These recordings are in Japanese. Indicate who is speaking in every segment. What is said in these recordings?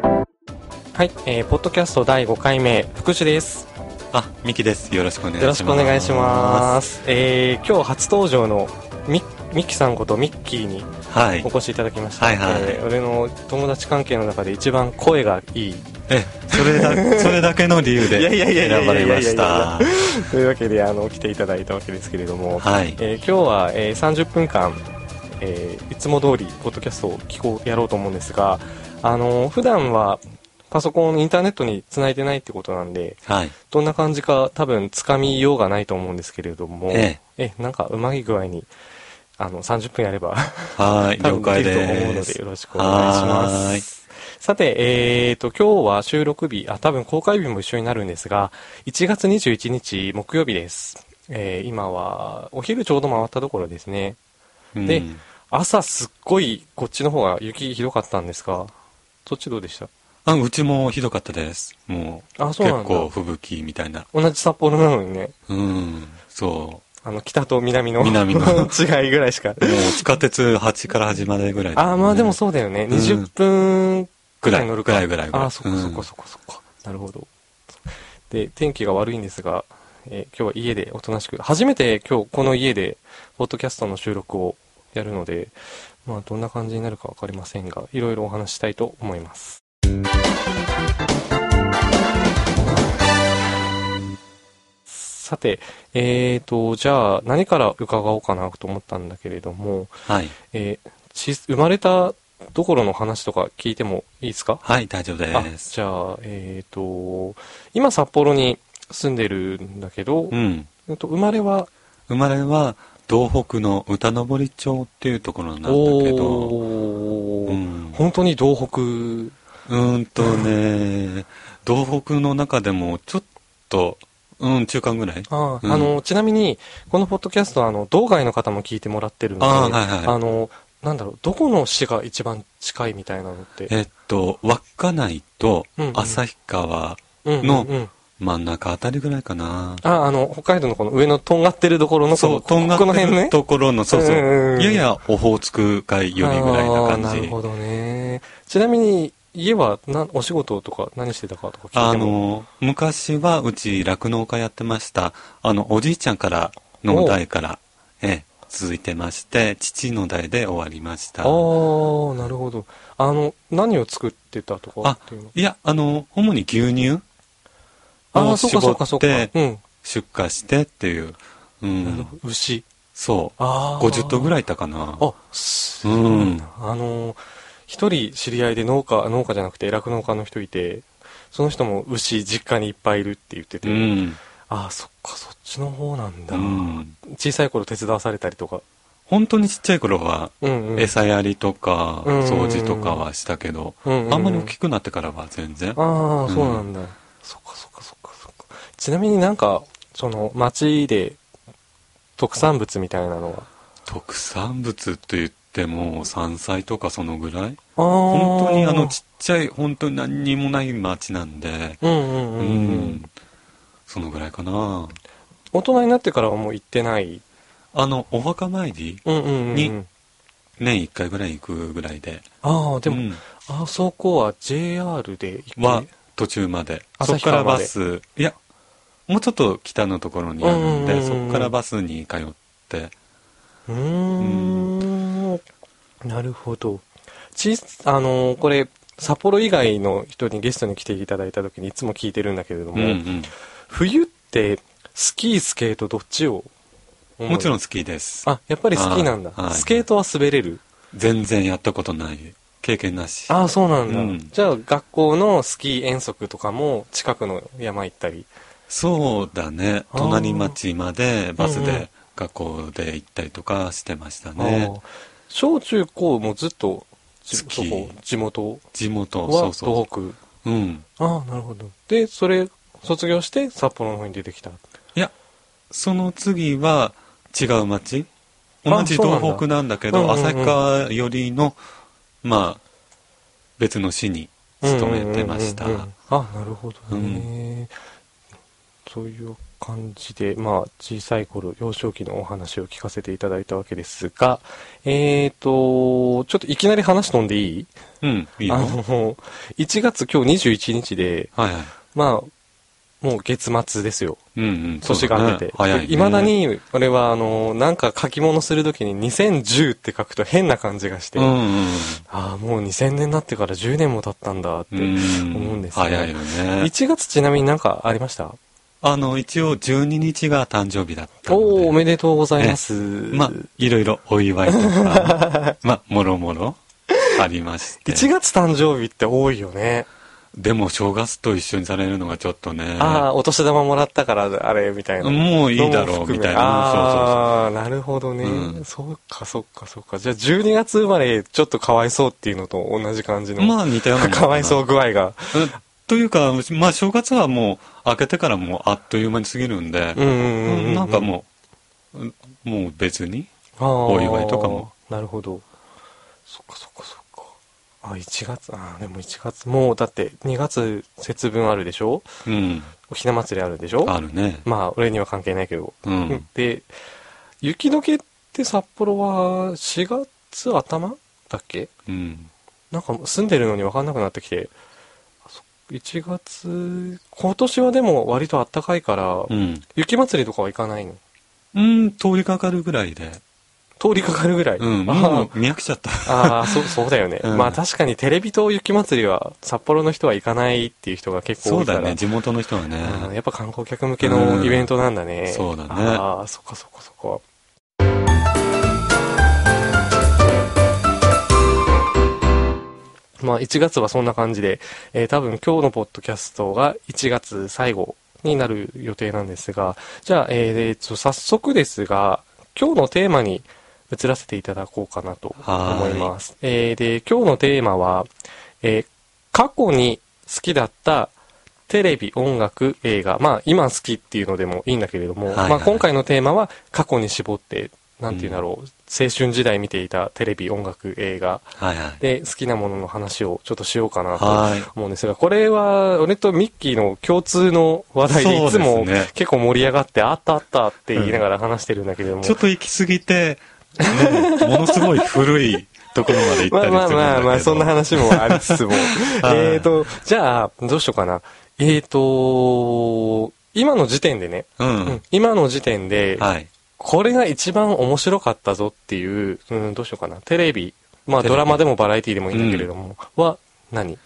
Speaker 1: はい、えー、ポッドキャスト第5回目、福祉です。
Speaker 2: あ、ミキです。よろしくお願いします。
Speaker 1: よろしくお願いします。えー、今日初登場のミミッキさんことミッキーに
Speaker 2: す。はい
Speaker 1: お。越しいただきました。
Speaker 2: はいはい
Speaker 1: えー俺の友達関係の中で一番声が いい。
Speaker 2: え、それ だ、それだけの理由
Speaker 1: いやいやいや
Speaker 2: で
Speaker 1: いやいや
Speaker 2: 選ば
Speaker 1: いや
Speaker 2: れ
Speaker 1: いや
Speaker 2: ま
Speaker 1: いや
Speaker 2: した。
Speaker 1: というわけで、あの、来ていただいたわけですけれども、
Speaker 2: はい。
Speaker 1: えー今日は、えー30分間、えーいつも通りポッドキャストを聞こうやろうと思うんですが、あのー普段はパソコンインターネットにつないでないってことなんで
Speaker 2: はい。
Speaker 1: どんな感じか多分つかみようがないと思うんですけれども
Speaker 2: え
Speaker 1: えなんかうまい具合にあの30分やれば
Speaker 2: はい。
Speaker 1: 多
Speaker 2: 了
Speaker 1: 分で
Speaker 2: 解
Speaker 1: きると思うの
Speaker 2: で。
Speaker 1: ですよろしくお願いしま
Speaker 2: はーい
Speaker 1: すさて、えー、と、今日は収録日、あ、多分公開日も一緒になるんですが、1月21日木曜日です。えー今は、お昼ちょうど回ったところですね。
Speaker 2: うん
Speaker 1: で朝すっごいこっちの方が雪ひどかったんですがそっちどうでした
Speaker 2: あ、うちもひどかったです。もう、
Speaker 1: あ
Speaker 2: 結
Speaker 1: そうなんだ
Speaker 2: 構吹雪みたいな。
Speaker 1: 同じ札幌なのにね
Speaker 2: うん。そ
Speaker 1: あの北と南の
Speaker 2: 南の
Speaker 1: 違いぐらいしか
Speaker 2: う。もう地下鉄8から8までぐらい、
Speaker 1: ああまあでもそうだよね、
Speaker 2: ん
Speaker 1: 20分くらい乗るか
Speaker 2: ぐらいぐらいぐらい
Speaker 1: ああそっかそっかそっかそっか、なるほどで天気が悪いんですが、えー今日は家でおとなしく初めて今日この家でポッドキャストの収録をやるのでまあどんな感じになるか分かりませんがいろいろお話ししたいと思いますさて、えーと、じゃあ何から伺おうかなと思ったんだけれども、
Speaker 2: はい。
Speaker 1: えーち生まれたところの話とか聞いてもいいですか
Speaker 2: はい、大丈夫
Speaker 1: あ
Speaker 2: です。
Speaker 1: じゃあ、えーと、今札幌に住んでるんだけど
Speaker 2: う、ん。
Speaker 1: えっと、生まれは、
Speaker 2: 生まれは、東北の歌登町っていうところなんだけど、
Speaker 1: おー
Speaker 2: うん
Speaker 1: 本当に東北、
Speaker 2: うーんとね、東北の中でもちょっと、うん、中間ぐらい
Speaker 1: あー、
Speaker 2: うん
Speaker 1: あの、ちなみに、このポッドキャストは、あの、道外の方も聞いてもらってるんで、
Speaker 2: あーはいはい
Speaker 1: あの、なんだろう、どこの市が一番近いみたいなのって。
Speaker 2: えっと、稚内と
Speaker 1: うんうん
Speaker 2: 旭川
Speaker 1: うん
Speaker 2: の
Speaker 1: うんうん
Speaker 2: 真ん中あたりぐらいかな。
Speaker 1: あ、あの、北海道のこの上のとんがってるところの、
Speaker 2: そう、
Speaker 1: こ
Speaker 2: と
Speaker 1: の
Speaker 2: んがっ
Speaker 1: この
Speaker 2: て
Speaker 1: 辺ね
Speaker 2: る。ところの、そうそう
Speaker 1: うんうんうん
Speaker 2: ややオホーツク海よりぐらいな
Speaker 1: あーなる
Speaker 2: 感
Speaker 1: ほ
Speaker 2: じ。
Speaker 1: どね。ちなみに、家は、な、お仕事とか何してたかとか聞い
Speaker 2: あ
Speaker 1: ても。
Speaker 2: の、昔はうち酪農家やってました。あの、おじいちゃんからの代から、ええ、続いてまして、父の代で終わりました。
Speaker 1: あーなるほど。あの、何を作ってたとか
Speaker 2: あ
Speaker 1: っていうの。
Speaker 2: いや、あの、主に牛乳
Speaker 1: あ
Speaker 2: を
Speaker 1: あ、そうかそうか
Speaker 2: 絞
Speaker 1: そう
Speaker 2: っ
Speaker 1: か。
Speaker 2: て
Speaker 1: うん。
Speaker 2: 出荷してっていう。う
Speaker 1: なる
Speaker 2: ん
Speaker 1: ほ。ど。牛。
Speaker 2: そう。
Speaker 1: ああ。
Speaker 2: 50頭ぐ
Speaker 1: い。
Speaker 2: らいいたかな。
Speaker 1: あ、す
Speaker 2: う
Speaker 1: ごい
Speaker 2: ん。
Speaker 1: なあの、一人知り合いで農家、農家じゃなくて酪農家の人いて、その人も牛実家にいっぱいいるって言ってて、
Speaker 2: うん。
Speaker 1: ああ、そっか、そっちの方なん
Speaker 2: う
Speaker 1: だ。
Speaker 2: ん。
Speaker 1: 小さい頃手伝わされたりとか。
Speaker 2: 本当にちっちゃい頃は、
Speaker 1: うんうん。
Speaker 2: 餌やりとか、
Speaker 1: うん
Speaker 2: 掃除とかはしたけど、
Speaker 1: うんうん
Speaker 2: あんまり大きくなってからは全然。
Speaker 1: ああ、
Speaker 2: うん
Speaker 1: そうなんだ。そっかそっかそっかそっか。ちなみになんか、その、街で、特産物みたいなのは。
Speaker 2: 特産物と言っても、山菜とかそのぐらい
Speaker 1: ああ。
Speaker 2: 本当にあのちっちゃい、本当に何にもない町なんで、
Speaker 1: うんうん
Speaker 2: う。
Speaker 1: うんんうん。
Speaker 2: そのぐらいかな。
Speaker 1: 大人になってからはもう行ってない。
Speaker 2: あの、お墓参り、
Speaker 1: うんうんうん。
Speaker 2: に年1回ぐらい行くぐらいで。
Speaker 1: ああ、でも、
Speaker 2: うん
Speaker 1: あそこは JR で行く。
Speaker 2: は途中まで。そ
Speaker 1: 旭
Speaker 2: こか
Speaker 1: 川
Speaker 2: ら
Speaker 1: ま
Speaker 2: バ
Speaker 1: で
Speaker 2: ス、いや、もうちょっと北のところにあるん
Speaker 1: うん
Speaker 2: で、
Speaker 1: うんうんう
Speaker 2: そ
Speaker 1: ん
Speaker 2: こからバスに通って。
Speaker 1: うーん。なるほど。ちい、あのーこれ、札幌以外の人にゲストに来ていただいた時にいつも聞いてるんだけれど
Speaker 2: う
Speaker 1: も、
Speaker 2: ん
Speaker 1: 冬ってスキースケートどっちを
Speaker 2: うん、もちろん
Speaker 1: ん
Speaker 2: 好きです。
Speaker 1: あやっぱりスキーなんだ、
Speaker 2: はいはい
Speaker 1: スケートは滑れる
Speaker 2: 全然やったことない。経験なし。
Speaker 1: ああそうなんだ、
Speaker 2: うん
Speaker 1: じゃあ学校のスキー遠足とかも近くの山行ったり
Speaker 2: そうだね。
Speaker 1: あー
Speaker 2: 隣町までバス
Speaker 1: うんうん
Speaker 2: で学校で行ったりとかしてました
Speaker 1: あ
Speaker 2: ね
Speaker 1: あ。小中高もずっとじ
Speaker 2: スキ
Speaker 1: そ
Speaker 2: ー
Speaker 1: こ地元
Speaker 2: 地元、そ
Speaker 1: は
Speaker 2: うそ
Speaker 1: 東北
Speaker 2: う。うん。
Speaker 1: ああなるほどでそれ卒業して札幌の方に出てきた
Speaker 2: いや、その次は違う町
Speaker 1: あ
Speaker 2: 同じ
Speaker 1: そうなんだ
Speaker 2: 東北なんだけ
Speaker 1: うんう
Speaker 2: ど、
Speaker 1: んうん
Speaker 2: 旭川寄りの、まあ、別の市に勤めてました
Speaker 1: うんう。んうんうんあなるほどね、そういう感じで、まあ、小さい頃、幼少期のお話を聞かせていただいたわけですが、えーと、ちょっといきなり話飛んでいい
Speaker 2: うん、いいよ。
Speaker 1: あ
Speaker 2: はい
Speaker 1: の、1月今日21日で、
Speaker 2: はい。
Speaker 1: まあ、もう月末ですよ。
Speaker 2: うんうん。そう
Speaker 1: 年が明けて。
Speaker 2: 早い、ね。
Speaker 1: いまだ。に、俺は、あの、なんか書き物するときに2010って書くと変な感じがして、
Speaker 2: うん
Speaker 1: あ
Speaker 2: うん
Speaker 1: あ、もう2000年になってから10年も経ったんだって
Speaker 2: うん。
Speaker 1: 思うんですけど
Speaker 2: 早いよね。
Speaker 1: 1月ちなみになんかありました
Speaker 2: あの、一応12日が誕生日だったので。
Speaker 1: おおー、おめでとうございます。
Speaker 2: まあ、いろいろお祝いと か、まあ、もろもろありまして。
Speaker 1: 1月誕生日って多いよね。
Speaker 2: でも、正月と一緒にされるのがちょっとね。
Speaker 1: ああ、お年玉もらったから、あれ、みたいな。
Speaker 2: もういいだろう、みたいな。
Speaker 1: ああー、なるほどね。
Speaker 2: うん
Speaker 1: そうか、そうか、そうか。じゃあ、12月生まれ、ちょっとかわいそうっていうのと同じ感じ
Speaker 2: そうそうそう。ま
Speaker 1: の、
Speaker 2: あ、似たようなもんな。
Speaker 1: かわいそう具合が。
Speaker 2: うん。というか、まあ、正月はもう、明けてからもう、あっという間に過ぎるんで
Speaker 1: う、んうんうんうん。
Speaker 2: なんかもう、うんもう別に。
Speaker 1: あー
Speaker 2: お祝いとかも。
Speaker 1: なるほど。そっか、そっか、そっか。あ、1月、あーでも1月、もうだって2月節分あるでしょ
Speaker 2: うん。
Speaker 1: ひな祭りあるでしょ
Speaker 2: あるね。
Speaker 1: まあ、俺には関係ないけど。
Speaker 2: うん。
Speaker 1: で、雪解けって札幌は4月頭だっけ
Speaker 2: うん。
Speaker 1: なんか住んでるのに分かんなくなってきて、あそ1月、今年はでも割と暖かいから、
Speaker 2: うん。
Speaker 1: 雪祭りとかは行かないの
Speaker 2: うん、通りかかるぐらいで。
Speaker 1: 通りかかるぐらい。
Speaker 2: うん、
Speaker 1: あ
Speaker 2: もう見飽きちゃった。
Speaker 1: ああ、そう、そうだよね。
Speaker 2: うん
Speaker 1: まあ確かにテレビと雪祭りは札幌の人は行かないっていう人が結構
Speaker 2: そ
Speaker 1: 多
Speaker 2: う
Speaker 1: いか
Speaker 2: だ
Speaker 1: ら。
Speaker 2: ね、地元の人は
Speaker 1: うん
Speaker 2: ね。
Speaker 1: やっぱ観光客向けのイベントなんだね。
Speaker 2: うんそうだね
Speaker 1: ああ、そっかそっかそっか。まあ1月はそんな感じで、えー多分今日のポッドキャストが1月最後になる予定なんですが、じゃあ、えーえーと早速ですが、今日のテーマに移らせていただこうかなと思います。えーで、今日のテーマは、えー過去に好きだったテレビ、音楽、映画、まあ今好きっていうのでもいいんだけれども、
Speaker 2: はいはい
Speaker 1: まあ今回のテーマは過去に絞って、なんていうんだろう、青春時代見ていたテレビ、音楽、映画
Speaker 2: はいはい。
Speaker 1: で好きなものの話をちょっとしようかなと
Speaker 2: はい。
Speaker 1: 思うんですが、これは俺とミッキーの共通の話題でいつ
Speaker 2: そ
Speaker 1: も
Speaker 2: うですね
Speaker 1: 結構盛り上がって、あったあったって言いながら話してるんだけれども、
Speaker 2: ちょっと行き過ぎて、ね、ものすごい古いところまで行っ
Speaker 1: ま
Speaker 2: た
Speaker 1: あ
Speaker 2: りする
Speaker 1: ま
Speaker 2: んだ
Speaker 1: あ
Speaker 2: けど。
Speaker 1: まあまあ、そんな話もありつ つも。えっと、じゃあ、どうしようかな。えっ、と、今の時点でね、
Speaker 2: うん。
Speaker 1: うん今の時点で、
Speaker 2: はい。
Speaker 1: これが一番面白かったぞっていう、うん、どうしようかな。テレビ、まあ
Speaker 2: テレビ
Speaker 1: ドラマでもバラエティでもいいんだけれども、は何い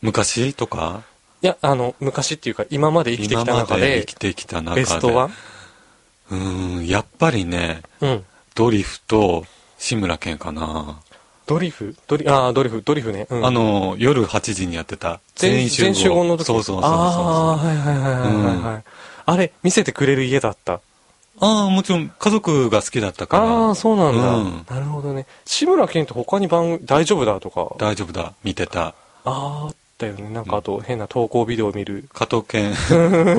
Speaker 2: 昔とか、
Speaker 1: や、あの、昔っていうか、今まで生きてきた中
Speaker 2: 今ま
Speaker 1: で
Speaker 2: 生き、てきた中で。
Speaker 1: ベストワン
Speaker 2: うん、やっぱりね、
Speaker 1: うん。
Speaker 2: ドリフと志村けんかな。
Speaker 1: ドリフドリ、ああ、ドリフ、ドリフね。うん
Speaker 2: あ、の、夜8時にやってた。全員集合。
Speaker 1: 全集合の時。
Speaker 2: そうそうそうそ
Speaker 1: あ
Speaker 2: う。
Speaker 1: あ、はいはいはいはいはい、はいあれ、見せてくれる家だった。
Speaker 2: ああ、もちろん家族が好きだったから。
Speaker 1: ああ、そうなんだ、
Speaker 2: うん
Speaker 1: なるほどね。志村けんって他に番組、大丈夫だとか、あ
Speaker 2: 大丈夫だ。見てた。
Speaker 1: あー、だよね。なんかあと変な投稿ビデオ見る。
Speaker 2: 加藤健。ご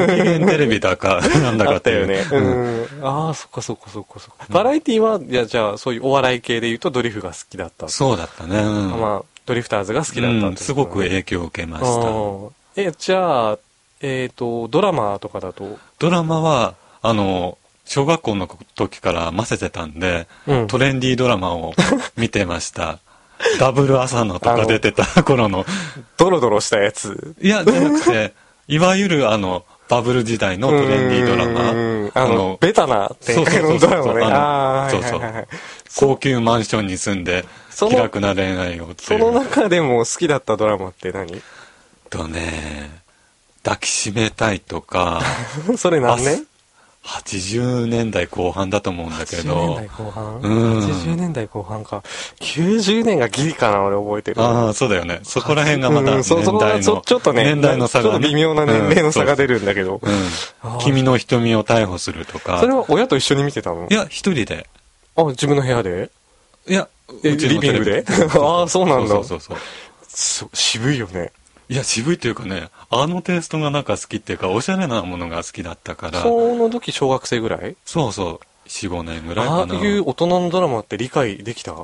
Speaker 2: 機嫌テレビ だか、なんだか
Speaker 1: あった
Speaker 2: い
Speaker 1: よ
Speaker 2: う
Speaker 1: ね。うん。ああ、そっかそっかそっかそっか。バラエティは、いや、じゃあ、そういうお笑い系で言うとドリフが好きだった。
Speaker 2: そうだったね。うん
Speaker 1: まあ、ドリフターズが好きだったってことだね、
Speaker 2: うんすごく影響を受けました。
Speaker 1: 響え、じゃあ、えっ、と、ドラマとかだと、
Speaker 2: ドラマは、あの、小学校の時から混ぜてたんで、
Speaker 1: うん
Speaker 2: トレンディードラマを見てました。 ダブル朝のとか出てた頃の。
Speaker 1: ドロドロしたやつ。
Speaker 2: いや、じゃなくて、いわゆるあの、バブル時代のトレンディードラ
Speaker 1: うん
Speaker 2: マ。
Speaker 1: あの、ベタな展開の
Speaker 2: そ
Speaker 1: ド
Speaker 2: うそ
Speaker 1: ラ
Speaker 2: うそうそう
Speaker 1: マね。
Speaker 2: あの
Speaker 1: ああ、はい
Speaker 2: そう
Speaker 1: はい
Speaker 2: そう
Speaker 1: はいはい。
Speaker 2: 高級マンションに住んで、
Speaker 1: その
Speaker 2: 気楽な恋愛をって
Speaker 1: そ
Speaker 2: い
Speaker 1: の
Speaker 2: う。
Speaker 1: 中でも好きだったドラマって何
Speaker 2: とね、抱きしめたいとか、
Speaker 1: それ何年
Speaker 2: 80年代後半だと思うんだけ
Speaker 1: ?80 年
Speaker 2: ど
Speaker 1: 代、後半
Speaker 2: うん
Speaker 1: ?80 年代後半か。90年がギリかな、俺覚えてる。
Speaker 2: ああ、そうだよね。そこら辺がまた
Speaker 1: うん
Speaker 2: 年
Speaker 1: そそこ
Speaker 2: 代
Speaker 1: が
Speaker 2: の
Speaker 1: そ、ちょっとね、
Speaker 2: 年代の差
Speaker 1: ちょ
Speaker 2: が
Speaker 1: っ
Speaker 2: ね、
Speaker 1: と微妙な年齢の差が出
Speaker 2: る。
Speaker 1: るんだけど。
Speaker 2: うん
Speaker 1: あー
Speaker 2: 君の瞳を逮捕するとか。
Speaker 1: それは親と一緒に見てたの
Speaker 2: いや、一人で。
Speaker 1: あ、自分の部屋で
Speaker 2: いや、
Speaker 1: え
Speaker 2: うちのテレビ
Speaker 1: リビングで あーそうなんだ
Speaker 2: そうそうそう。
Speaker 1: そ渋いよね。
Speaker 2: いや、渋いというかね、あのテイストがなんか好きっていうか、おしゃれなものが好きだったから、
Speaker 1: その時小学生ぐらい
Speaker 2: そうそう、四五年ぐらい
Speaker 1: あ
Speaker 2: かな。
Speaker 1: あいう大人のドラマって理解できた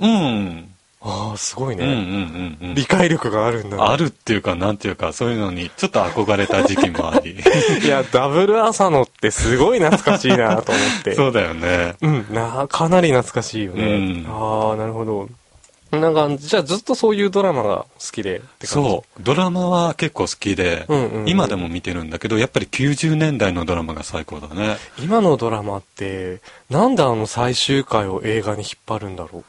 Speaker 2: うん。
Speaker 1: ああ、すごい
Speaker 2: うんうん
Speaker 1: ね。
Speaker 2: うんうん
Speaker 1: 理解力があるんだ、ね。
Speaker 2: あるっていうか、なんていうか、そういうのに、ちょっと憧れた時期もあ り。
Speaker 1: いや、ダブル朝野ってすごい懐かしいなと思って。
Speaker 2: そうだよね。
Speaker 1: うん、な、かなり懐かしいよね。
Speaker 2: うん
Speaker 1: ああ、なるほど。こんな感じ。じゃあずっとそういうドラマが好きでって感じ。
Speaker 2: そう。ドラマは結構好きで、
Speaker 1: うんうんうん
Speaker 2: 今でも見てるんだけど、やっぱり90年代のドラマが最高だね。
Speaker 1: 今のドラマって、なんであの最終回を映画に引っ張るんだろう。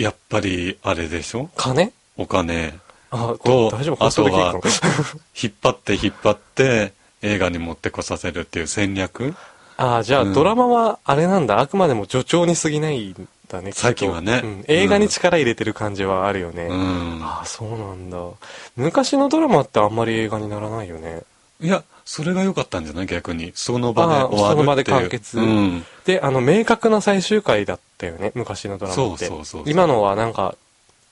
Speaker 2: やっぱり、あれでしょ
Speaker 1: 金
Speaker 2: お金。
Speaker 1: あ、
Speaker 2: と
Speaker 1: これ大丈夫放送できるか
Speaker 2: あと 引っ張って引っ張って、映画に持ってこさせるっていう戦略
Speaker 1: ああー、じゃあ、
Speaker 2: うん
Speaker 1: ドラマはあれなんだ。あくまでも助長に過ぎないんだね。きっと
Speaker 2: 最近はね
Speaker 1: うん映画に力入れてる感じはあるよね。
Speaker 2: うん。
Speaker 1: ああ、そうなんだ。昔のドラマってあんまり映画にならないよね。
Speaker 2: いや、それが良かったんじゃない逆に。その場
Speaker 1: ああ
Speaker 2: で終わるっていう。
Speaker 1: その場で完結
Speaker 2: うん。
Speaker 1: で、あの、明確な最終回だったよね、昔のドラマって。
Speaker 2: そうそうそうそう
Speaker 1: 今のはなんか、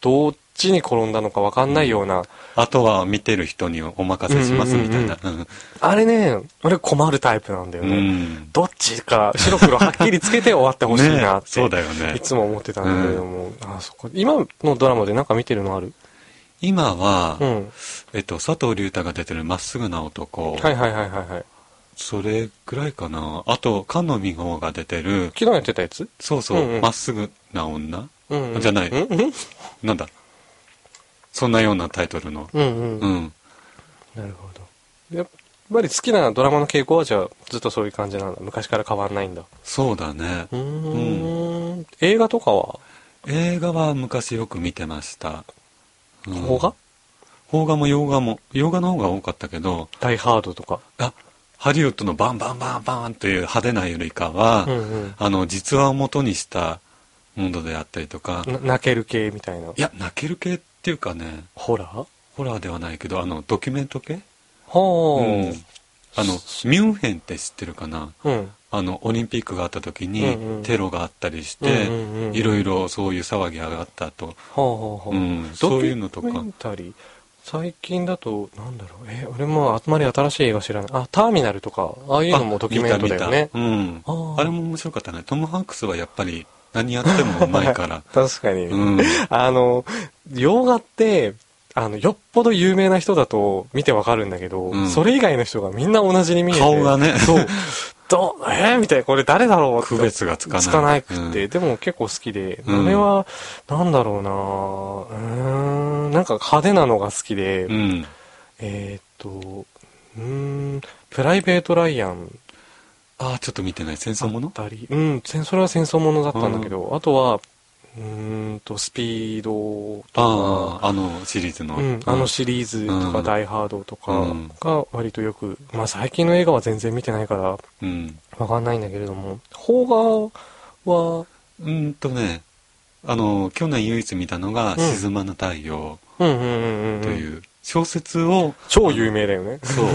Speaker 1: どっちに転んだのかわかんないような、
Speaker 2: あとは見てる人にお任せしますみたいな。うん
Speaker 1: あれね、俺困るタイプなんだよ
Speaker 2: う
Speaker 1: ね。
Speaker 2: ん。
Speaker 1: どっちか白黒はっきりつけて終わってほしいなっ
Speaker 2: ね
Speaker 1: て、
Speaker 2: そうだよね
Speaker 1: い。つも思ってたんだけども、あそこ今のドラマでなんか見てるのある
Speaker 2: 今は、
Speaker 1: うん。
Speaker 2: えっと、佐藤隆太が出てるまっすぐな男。
Speaker 1: はいはいはいはいはい。
Speaker 2: それぐらいかな。あと、菅野美穂が出てる、
Speaker 1: 昨日やってたやつ
Speaker 2: そうそう、
Speaker 1: うんうん
Speaker 2: まっすぐな女
Speaker 1: うん、うん。
Speaker 2: じゃない
Speaker 1: うんうん
Speaker 2: なんだ。そんなようなタイトルの。
Speaker 1: うんうん。
Speaker 2: うん。
Speaker 1: なるほど。やっぱり好きなドラマの傾向はじゃあずっとそういう感じなんだ。昔から変わんないんだ。
Speaker 2: そうだね
Speaker 1: う。ーん。映画とかは
Speaker 2: 映画は昔よく見てました。うん
Speaker 1: 邦画、
Speaker 2: 邦画も洋画も、洋画の方が多かったけど、
Speaker 1: ダイハードとか。
Speaker 2: あ、ハリウッドのバンバンバンバンっていう派手なよりかは、
Speaker 1: うんうん
Speaker 2: あの、実話を元にしたものであったりとか、
Speaker 1: な泣ける系みたいな。
Speaker 2: いや、泣ける系っていうかね、
Speaker 1: ホラー
Speaker 2: ホラーではないけど、あの、ドキュメント系
Speaker 1: ほ
Speaker 2: うん
Speaker 1: ー。
Speaker 2: あの、ミュンヘンって知ってるかな
Speaker 1: うん。
Speaker 2: あの、オリンピックがあった時
Speaker 1: うんうん
Speaker 2: に、テロがあったりして
Speaker 1: うんうんうん、
Speaker 2: いろいろそういう騒ぎがあったと。
Speaker 1: ほうほうほう。
Speaker 2: うんそういうのとか
Speaker 1: ドキュメンタリー最近だと、なんだろう。え、俺もあんまり新しい映画知らない。あ、ターミナルとか、ああいうのもドキュメントだよね
Speaker 2: あ。見た見た
Speaker 1: あ
Speaker 2: うん。
Speaker 1: ー
Speaker 2: あれも面白かったね。トム・ハンクスはやっぱり何やってもうま いから。
Speaker 1: 確かに。
Speaker 2: うん。
Speaker 1: あの、洋画って、あの、よっぽど有名な人だと見てわかるんだけど、
Speaker 2: うん
Speaker 1: それ以外の人がみんな同じに見えて。
Speaker 2: 顔がね
Speaker 1: そう。どう、えーみたいな、これ誰だろうって
Speaker 2: 区別がつかない。
Speaker 1: つかなくて、
Speaker 2: うん
Speaker 1: でも結構好きで、
Speaker 2: うん
Speaker 1: 俺は、なんだろうなうーん、なんか派手なのが好きで、
Speaker 2: うん。
Speaker 1: えーっと、うーん、プライベート・ライアン
Speaker 2: ああ、ちょっと見てない。戦
Speaker 1: だ
Speaker 2: 争も
Speaker 1: っ
Speaker 2: の
Speaker 1: たり、うん、せんそれは戦争ものだったんだけど、あとは、うーんと、スピードと
Speaker 2: あ
Speaker 1: か、
Speaker 2: あ、あのシリーズの。
Speaker 1: うん、あのシリーズとか、
Speaker 2: うん
Speaker 1: ダイ・ハードとか
Speaker 2: うん
Speaker 1: が割とよく、まあ最近の映画は全然見てないから、
Speaker 2: うん。
Speaker 1: わかんないんだけれども、邦画は、
Speaker 2: うんとね、あの、去年唯一見たのが、
Speaker 1: うん
Speaker 2: 沈まぬ太陽
Speaker 1: うんうんうんうん。
Speaker 2: という小説を、
Speaker 1: 超有名だよね。
Speaker 2: そう、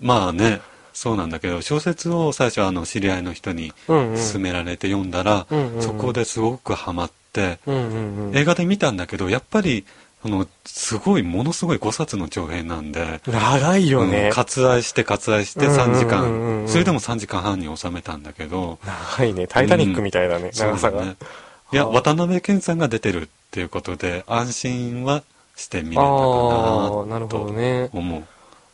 Speaker 2: まあね、そうなんだけど、小説を最初あの、知り合いの人に
Speaker 1: うんうん。
Speaker 2: 勧められて読んだら、
Speaker 1: うんうん
Speaker 2: そこですごくハマって、
Speaker 1: うんうんうん。
Speaker 2: 映画で見たんだけど、やっぱり、あの、すごい、ものすごい5冊の長編なんで、
Speaker 1: 長いよ
Speaker 2: う
Speaker 1: ね
Speaker 2: ん。割愛して割愛して
Speaker 1: うんうんうんうん
Speaker 2: 3時間、それでも3時間半に収めたんだけど、
Speaker 1: 長いね。タイタニックみたいだね、長さ
Speaker 2: そうだ
Speaker 1: が
Speaker 2: ね。いや、
Speaker 1: はあ
Speaker 2: 渡辺謙さんが出てるっていうことで、安心はして見れたかな
Speaker 1: ああ、なるほど
Speaker 2: と
Speaker 1: ね。
Speaker 2: 思う。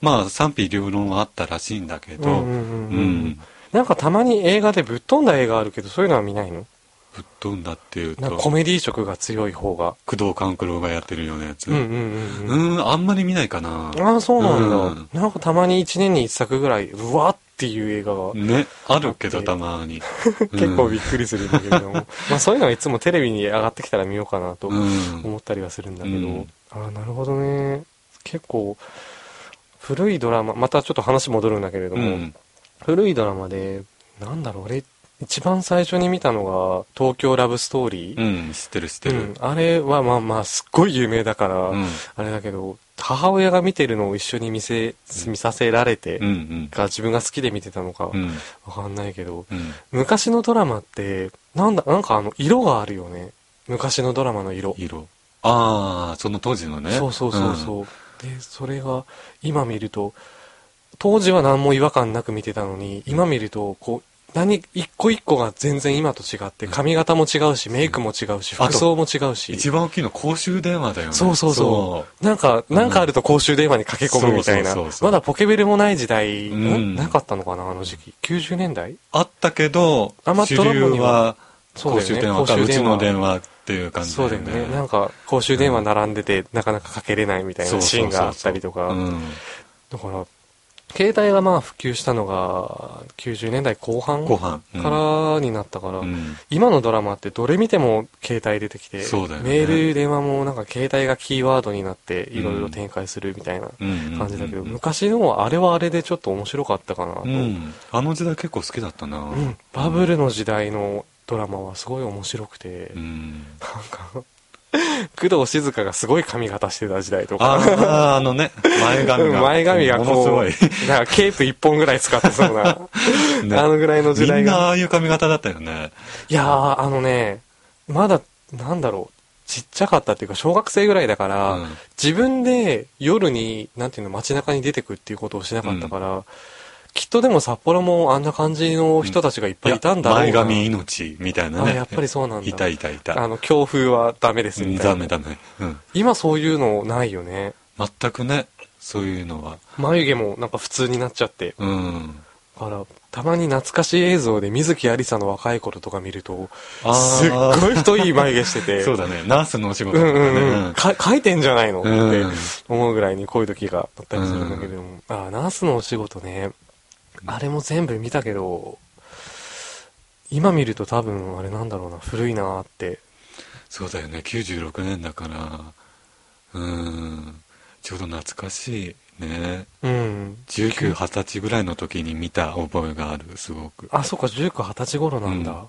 Speaker 2: まあ、賛否両論はあったらしいんだけど、
Speaker 1: う
Speaker 2: うん
Speaker 1: うんうんうんなんかたまに映画でぶっ飛んだ映画あるけど、そういうのは見ないの
Speaker 2: ぶっ飛んだっていう
Speaker 1: なんか
Speaker 2: と、
Speaker 1: コ
Speaker 2: 工
Speaker 1: メディ色が強い方が。
Speaker 2: 藤官九郎がやってるようなやつ。
Speaker 1: うんう
Speaker 2: う
Speaker 1: う
Speaker 2: ん
Speaker 1: んうん。
Speaker 2: ーん、あんまり見ないかな。
Speaker 1: ああ、そうなんだ。
Speaker 2: うん
Speaker 1: なんかたまに1年に1作ぐらい、うわっていう映画が、
Speaker 2: ね、あるけ
Speaker 1: あっ
Speaker 2: ど
Speaker 1: て
Speaker 2: た まに。
Speaker 1: 結構び
Speaker 2: ビ
Speaker 1: っくりするんだけれども。まあそういうのはいつもテレビに上がってきたら見ようかなと
Speaker 2: うん。
Speaker 1: 思ったりはするんだけど、
Speaker 2: うん
Speaker 1: ああなるほどね結構古いドラマまたちょっと話戻るんだけれど
Speaker 2: う
Speaker 1: も、
Speaker 2: ん。
Speaker 1: 古いドラマでなんだろう俺一番最初に見たのが「東京ラブストーリー」
Speaker 2: うん、知ってる知って
Speaker 1: うん
Speaker 2: る。
Speaker 1: あれはまあまあすっごい有名だから、
Speaker 2: うん。
Speaker 1: あれだけど母親が見てるのを一緒に見せ見させられて、
Speaker 2: うんうん。
Speaker 1: か自分が好きで見てたのか
Speaker 2: うん。
Speaker 1: わかんないけど、
Speaker 2: うん。
Speaker 1: 昔のドラマってなんだなんかあの色があるよね昔のドラマの色
Speaker 2: 色。ああ、その当時のね。
Speaker 1: そうそうそうそう、でそれが今見ると当時は何も違和感なく見てたのに今見るとこう何、一個一個が全然今と違って、髪型も違うし、メイクも違うし、
Speaker 2: あ
Speaker 1: 服
Speaker 2: と
Speaker 1: 装も違うし。
Speaker 2: 一番大きいの公衆電話だよね。
Speaker 1: そうそうそう。なんか、なんかあると公衆電話に駆け込むみたいな
Speaker 2: そうそうそう。そう
Speaker 1: まだポケベルもない時代、
Speaker 2: うん
Speaker 1: んなかったのかな、あの時期。90年代
Speaker 2: あったけど、
Speaker 1: あんま
Speaker 2: 主
Speaker 1: トラブル
Speaker 2: 流
Speaker 1: に
Speaker 2: は
Speaker 1: は
Speaker 2: 公衆電話か、
Speaker 1: 公衆
Speaker 2: うち
Speaker 1: 電話
Speaker 2: の電話っていう感じだ
Speaker 1: そう
Speaker 2: よ
Speaker 1: だ
Speaker 2: ね。
Speaker 1: よね。なんか、公衆電話並んでて、なかなかかけれないみたい
Speaker 2: そう
Speaker 1: な
Speaker 2: そう
Speaker 1: シ
Speaker 2: そうそう
Speaker 1: ーンがあったりとか。
Speaker 2: うん
Speaker 1: だから、携帯がまあ普及したのが、90年代後半
Speaker 2: ご飯。うん
Speaker 1: からになったから、
Speaker 2: うん
Speaker 1: 今のドラマってどれ見ても携帯出てきて、
Speaker 2: そうだよね
Speaker 1: メール、電話もなんか携帯がキーワードになって、
Speaker 2: うん
Speaker 1: いろいろ展開するみたいな
Speaker 2: うん
Speaker 1: 感じだけど、
Speaker 2: うん
Speaker 1: 昔のはあれはあれでちょっと面白かったかなと。
Speaker 2: う
Speaker 1: うん
Speaker 2: ん。あの時代結構好きだったな。
Speaker 1: バブルの時代のドラマはすごい面白くて、
Speaker 2: う
Speaker 1: なん
Speaker 2: ん。
Speaker 1: か、工藤静香がすごい髪型してた時代とか。
Speaker 2: あーあのね、前髪が。
Speaker 1: 前髪が
Speaker 2: ものす
Speaker 1: こ、
Speaker 2: ごいう
Speaker 1: なんかケープ一本ぐらい使ってそうな、
Speaker 2: ね
Speaker 1: あのぐらいの時
Speaker 2: み
Speaker 1: 代
Speaker 2: んな
Speaker 1: が。
Speaker 2: ああいう髪型だったよね。
Speaker 1: いやー、あのね、まだ、なんだろう、ちっちゃかったっていうか、小学生ぐらいだから、
Speaker 2: うん
Speaker 1: 自分で夜に、なんていうの、街中に出てくっていうことをしなかったから、きっとでも札幌もあんな感じの人たちがいっぱいいたんだろうな。
Speaker 2: 前髪命みたいな
Speaker 1: あ
Speaker 2: ね。
Speaker 1: やっぱりそうなんだ。
Speaker 2: いたいたいた。
Speaker 1: あの、強風はダメですみたいな。
Speaker 2: ダメダメ。うん。
Speaker 1: 今そういうのないよね。
Speaker 2: 全くね、そういうのは。
Speaker 1: 眉毛もなんか普通になっちゃって。
Speaker 2: うん。
Speaker 1: だから、たまに懐かしい映像で水木有りさの若い頃とか見ると、
Speaker 2: あー
Speaker 1: すっごい太い眉毛してて、
Speaker 2: そうだね。ナースのお仕事
Speaker 1: う
Speaker 2: とか
Speaker 1: ん
Speaker 2: ね。
Speaker 1: うんうん、か書いてんじゃないのっ
Speaker 2: うん
Speaker 1: て思うぐらいにこういう時があったりするんだけれども、ああ、ナースのお仕事ね、あれも全部見たけど、今見ると多分あれなんだろうな、古いなーって。
Speaker 2: そうだよね。96年だから。うん。ちょうど懐かしいね。
Speaker 1: うん。
Speaker 2: 19、20歳ぐらいの時に見た覚えがある、すごく。
Speaker 1: あ、そうか、19、20歳頃なんだ。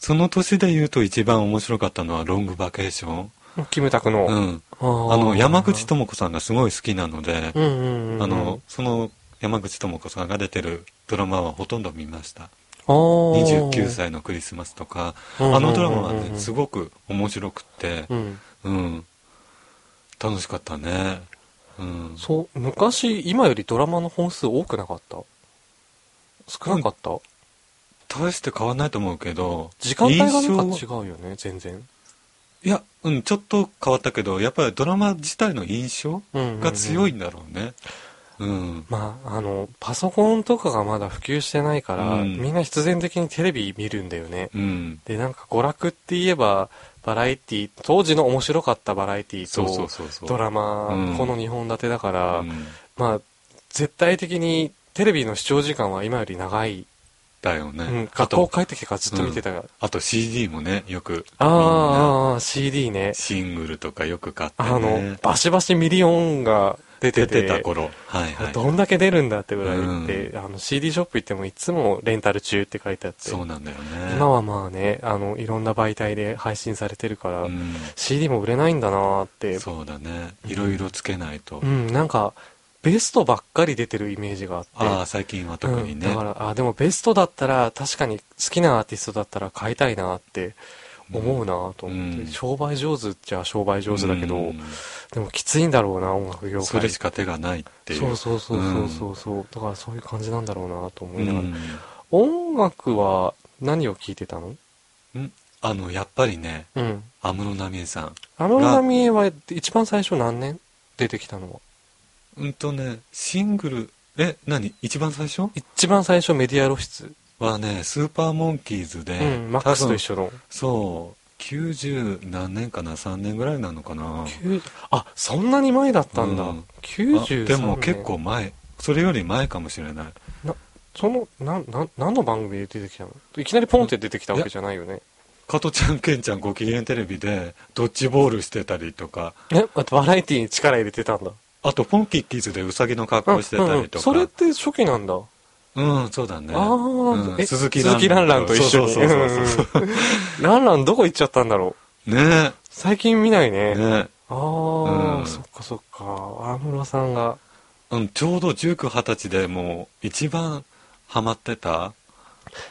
Speaker 2: その年で言うと一番面白かったのはロングバケーション。
Speaker 1: キムタクの。
Speaker 2: う
Speaker 1: あ
Speaker 2: ん。
Speaker 1: ー
Speaker 2: あの、山口、智子さんがすごい好きなので
Speaker 1: う、んうんうんうん、
Speaker 2: あの、その山口智子さんが出てるドラマはほとんど見ました。
Speaker 1: あー、
Speaker 2: 29歳のクリスマスとか、
Speaker 1: うんうんうん
Speaker 2: あ
Speaker 1: うん
Speaker 2: のドラマはね、すごく面白くて、
Speaker 1: うん。
Speaker 2: うん。楽しかったね。うん。
Speaker 1: そう、昔、今よりドラマの本数多くなかった少なかった、
Speaker 2: 大して変わんないと思うけど、
Speaker 1: 時間帯が
Speaker 2: 印象
Speaker 1: な
Speaker 2: は
Speaker 1: んか違うよね、全然。
Speaker 2: いや、うん、ちょっと変わったけど、やっぱりドラマ自体の印象
Speaker 1: うんうんうん
Speaker 2: が強いんだろうね。うん。
Speaker 1: まあ、あの、パソコンとかがまだ普及してないから、
Speaker 2: うん
Speaker 1: みんな必然的にテレビ見るんだよね。
Speaker 2: うん。
Speaker 1: で、なんか娯楽って言えば、バラエティ、当時の面白かったバラエティ
Speaker 2: そうそう
Speaker 1: と、
Speaker 2: そうそう。
Speaker 1: ドラマ、
Speaker 2: うん
Speaker 1: この2本立てだから、
Speaker 2: うん
Speaker 1: まあ、絶対的にテレビの視聴時間は今より長い。
Speaker 2: だよね。
Speaker 1: うん、
Speaker 2: あ
Speaker 1: 学校
Speaker 2: と、
Speaker 1: 帰ってきてからずっと見てたから。
Speaker 2: あと CD もね、よく、
Speaker 1: あ
Speaker 2: みんな
Speaker 1: ーあー、CD ね。
Speaker 2: シングルとかよく買って
Speaker 1: あ
Speaker 2: ね
Speaker 1: の、。バシバシミリオンが出て
Speaker 2: 出
Speaker 1: て、
Speaker 2: てた頃。はいはい。
Speaker 1: どんだけ出るんだってぐらいで、
Speaker 2: う
Speaker 1: あの CD ショップ行ってもいつもレンタル中って書いてあって、
Speaker 2: そうなんだよね。
Speaker 1: 今はまあね、あの、いろんな媒体で配信されてるから、
Speaker 2: うん、
Speaker 1: CD も売れないんだなーって、
Speaker 2: そうだね。いろいろつけないと。
Speaker 1: うん、なんか、ベストばっかり出てるイメージがあって、
Speaker 2: ああ、最近は特にね。
Speaker 1: うんだから、あ、でもベストだったら、確かに好きなアーティストだったら買いたいなって思うなと思って、
Speaker 2: うん
Speaker 1: 商売上手っちゃ商売上手だけど、
Speaker 2: うん
Speaker 1: でもきついんだろうな、音楽業界。
Speaker 2: それしか手がないっていう。
Speaker 1: そうそうそうそうそうそう、だからそういう感じなんだろうなと思
Speaker 2: う
Speaker 1: いながら、
Speaker 2: ん。
Speaker 1: 音楽は何を聴いてたの
Speaker 2: うんあの、やっぱりね、
Speaker 1: うん
Speaker 2: 安室奈美恵さん。
Speaker 1: 安室奈美恵は一番最初何年出てきたのは
Speaker 2: うんとね、シングル、え、何一番最初
Speaker 1: 一番最初メディア露出、
Speaker 2: はね、スーパーモンキーズで、
Speaker 1: うんマックスと一
Speaker 2: 緒。
Speaker 1: 緒の
Speaker 2: そう、90何年かな ?3 年ぐらいなのかな
Speaker 1: 90あそんなに前だったんだ、
Speaker 2: うんあ
Speaker 1: 93年
Speaker 2: でも結構前、それより前かもしれない。
Speaker 1: そのなんなん何の番組で出てきたのいきなりポンって出てきたわけじゃないよね
Speaker 2: 加トちゃん、ケンちゃんご機嫌テレビで、ドッジボールしてたりとか、
Speaker 1: えあとバラエティに力入れてたんだ
Speaker 2: あと、ポンキッキーズでウサギの格好してたりとか。
Speaker 1: それって初期なんだ
Speaker 2: うん、そうだね。
Speaker 1: ああ、
Speaker 2: うん
Speaker 1: え
Speaker 2: 鈴木
Speaker 1: 鈴木ランランと一緒に。
Speaker 2: そうそうそうそう。
Speaker 1: うんランランどこ行っちゃったんだろう
Speaker 2: ね
Speaker 1: 最近見ない
Speaker 2: え、
Speaker 1: ね。
Speaker 2: ね
Speaker 1: ああ、
Speaker 2: うん
Speaker 1: そっかそっか。安室さんが。
Speaker 2: うん、ちょうど19、20歳でもう、一番ハマってた、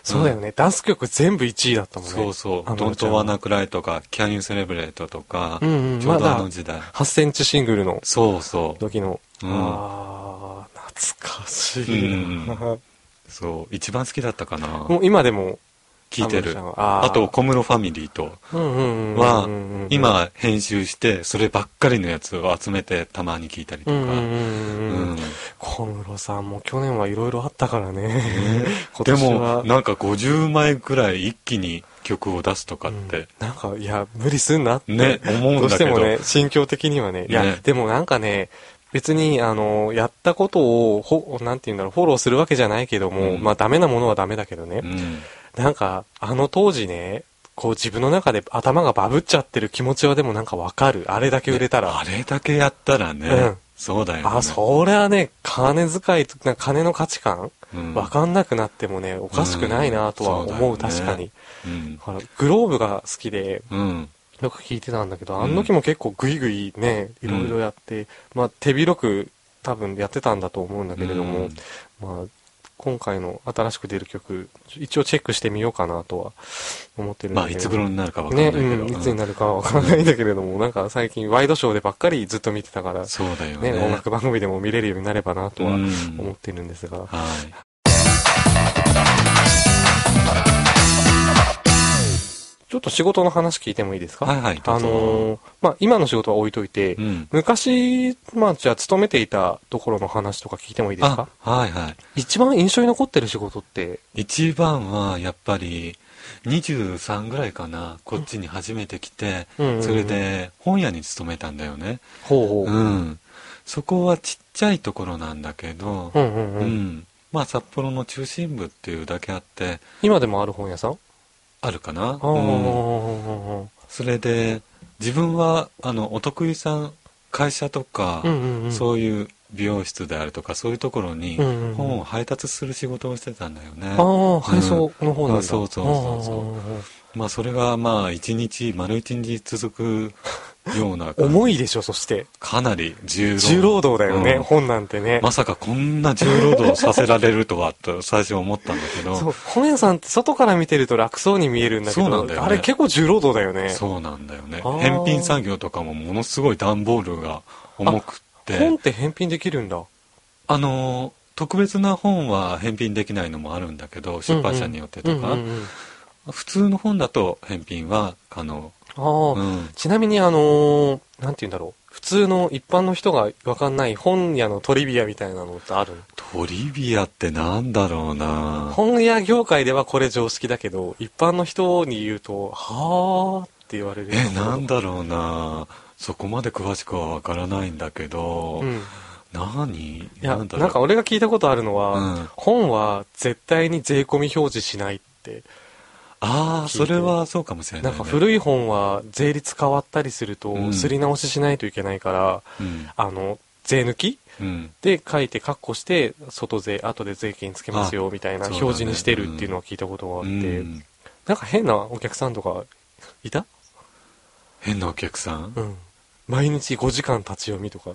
Speaker 1: そうだよね。ダンス曲全部1位だったもんね。
Speaker 2: そうそう、
Speaker 1: 安
Speaker 2: ドン
Speaker 1: 室ちゃん
Speaker 2: トワナクライとか、キャンユーセレブレートとか、
Speaker 1: うんうん
Speaker 2: ちょう
Speaker 1: ま
Speaker 2: どあ
Speaker 1: だ
Speaker 2: の時代。
Speaker 1: 8センチシングルの
Speaker 2: そうそう。
Speaker 1: 時の。
Speaker 2: うん
Speaker 1: ああ、懐かし
Speaker 2: う
Speaker 1: い
Speaker 2: ん
Speaker 1: な。
Speaker 2: そう、一番好きだったかな。
Speaker 1: もう今でも、
Speaker 2: 聞いてる。
Speaker 1: 安室ちゃんはあ
Speaker 2: あ
Speaker 1: ー
Speaker 2: と、小室ファミリーと
Speaker 1: うんうんうんうん
Speaker 2: は
Speaker 1: うんうんうん、
Speaker 2: 今編集して、そればっかりのやつを集めてたまに聞いたりと
Speaker 1: うんう
Speaker 2: か。
Speaker 1: んうんうん
Speaker 2: うん
Speaker 1: 小室さんも去年はいろいろあったからね。 今
Speaker 2: で
Speaker 1: 年
Speaker 2: も、
Speaker 1: は
Speaker 2: なんか50枚くらい一気に曲を出すとかって、
Speaker 1: なんか、いや、無理すんなって。
Speaker 2: ね、思う
Speaker 1: ど
Speaker 2: ん
Speaker 1: うし
Speaker 2: だ
Speaker 1: て
Speaker 2: け
Speaker 1: も
Speaker 2: ど。
Speaker 1: ね、心境的にはね。いや、
Speaker 2: ね
Speaker 1: でもなんかね、別に、あの、やったことを、ほ、なんて言うんだろう、フォローするわけじゃないけども、
Speaker 2: うん
Speaker 1: まあ、ダメなものはダメだけどね。
Speaker 2: うん
Speaker 1: なんか、あの当時ね、こう自分の中で頭がバブっちゃってる気持ちはでもなんかわかる。あれだけ売れたら。
Speaker 2: あれだけやったらね、
Speaker 1: うん
Speaker 2: そうだよね。
Speaker 1: あ、それはね、金遣いと、なんか金の価値観、
Speaker 2: うん
Speaker 1: わかんなくなってもね、おかしくないなとは
Speaker 2: う
Speaker 1: 思う、
Speaker 2: んそうだよね
Speaker 1: 確かに。
Speaker 2: うん
Speaker 1: だ。からグローブが好きで、
Speaker 2: うん。
Speaker 1: よく聞いてたんだけど、
Speaker 2: うん
Speaker 1: あの時も結構グイグイね、い
Speaker 2: うん
Speaker 1: ろいろやって、まあ手広く多分やってたんだと思うんだけれど
Speaker 2: う
Speaker 1: も
Speaker 2: ん、
Speaker 1: まあ今回の新しく出る曲、一応チェックしてみようかなとは思ってるんだ
Speaker 2: まあ、
Speaker 1: け
Speaker 2: い
Speaker 1: ど。
Speaker 2: つ頃になるかわかんな
Speaker 1: ね、
Speaker 2: いけど。
Speaker 1: うん、いつになるかはわからないんだけれども、なんか最近ワイドショーでばっかりずっと見てたから、
Speaker 2: そうだよ
Speaker 1: ね、
Speaker 2: ね。
Speaker 1: 音楽番組でも見れるようになればなとは
Speaker 2: うん
Speaker 1: 思ってるんですが、
Speaker 2: はい。
Speaker 1: ちょっと仕事の話聞いてもいいですか
Speaker 2: はいはいど
Speaker 1: あ
Speaker 2: うぞ
Speaker 1: のーまあ、今の仕事は置いといて、
Speaker 2: うん。
Speaker 1: 昔、まあ、じゃあ勤めていたところの話とか聞いてもいいですか
Speaker 2: あ、はいはい。
Speaker 1: 一番印象に残ってる仕事って、
Speaker 2: 一番はやっぱり23ぐらいかなこっちに初めて来て、
Speaker 1: うんうんうん
Speaker 2: それで本屋に勤めたんだよね
Speaker 1: ほうほ
Speaker 2: う
Speaker 1: う。
Speaker 2: んそこはちっちゃいところなんだけど
Speaker 1: う、んうん
Speaker 2: うん
Speaker 1: うん。
Speaker 2: まあ札幌の中心部っていうだけあって
Speaker 1: 今でもある本屋さん
Speaker 2: あるかな、
Speaker 1: ああ、
Speaker 2: うんそれで自分はあのお得意さん会社とか、
Speaker 1: うんうんうん。
Speaker 2: そういう美容室であるとかそういうところに
Speaker 1: うんうんうん
Speaker 2: 本を配達する仕事をしてたんだよね、
Speaker 1: ああ、配送の方なんだ。
Speaker 2: うんそうそうそうそうまあそれがまあ一日丸一日続くような
Speaker 1: ああ 重いでしょ、そして。
Speaker 2: かなり重労働
Speaker 1: 重労働だよね、
Speaker 2: うん
Speaker 1: 本なんてね。
Speaker 2: まさかこんな重労働させられるとはと最初思ったんだけど
Speaker 1: そう、本屋さんって外から見てると楽そうに見えるんだけど、
Speaker 2: そうなんだよね
Speaker 1: あれ結構重労働だよね。
Speaker 2: そうなんだよね
Speaker 1: あー
Speaker 2: 返品作業とかもものすごい段ボールが重くって
Speaker 1: 本って返品できるんだ。
Speaker 2: あのー特別な本は返品できないのもあるんだけど出版社によってとか、
Speaker 1: うんうんうん
Speaker 2: 普通の本だと返品は可能、
Speaker 1: ああ、
Speaker 2: うん
Speaker 1: ちなみにあのーなんて言うんだろう。普通の一般の人がわかんない本屋のトリビアみたいなのってあるの
Speaker 2: トリビアってなんだろうな
Speaker 1: 本屋業界ではこれ常識だけど、一般の人に言うと、はあって言われる。
Speaker 2: えなんだろうなそこまで詳しくはわからないんだけど、
Speaker 1: うん。
Speaker 2: 何
Speaker 1: いや、
Speaker 2: な
Speaker 1: なんん
Speaker 2: だろう
Speaker 1: か俺が聞いたことあるのは、
Speaker 2: うん
Speaker 1: 本は絶対に税込み表示しないって。
Speaker 2: あ
Speaker 1: 聞
Speaker 2: あ
Speaker 1: い
Speaker 2: そ
Speaker 1: て
Speaker 2: れはそうかもしれな、
Speaker 1: ないん
Speaker 2: ね、
Speaker 1: か古い本は税率変わったりする
Speaker 2: う
Speaker 1: と、
Speaker 2: ん
Speaker 1: すり直ししないといけないから、
Speaker 2: うん、
Speaker 1: あの、税抜き
Speaker 2: うん、
Speaker 1: で書いてカッコして、外税、後で税金つけますよ、みたいな
Speaker 2: そうだ
Speaker 1: 表
Speaker 2: ね
Speaker 1: 示にしてるっていうのは聞いたことがあっ
Speaker 2: う
Speaker 1: て、
Speaker 2: ん
Speaker 1: なんか変なお客さんとか、いた
Speaker 2: 変なお客さん、
Speaker 1: うん。毎日5時間立ち読みとか。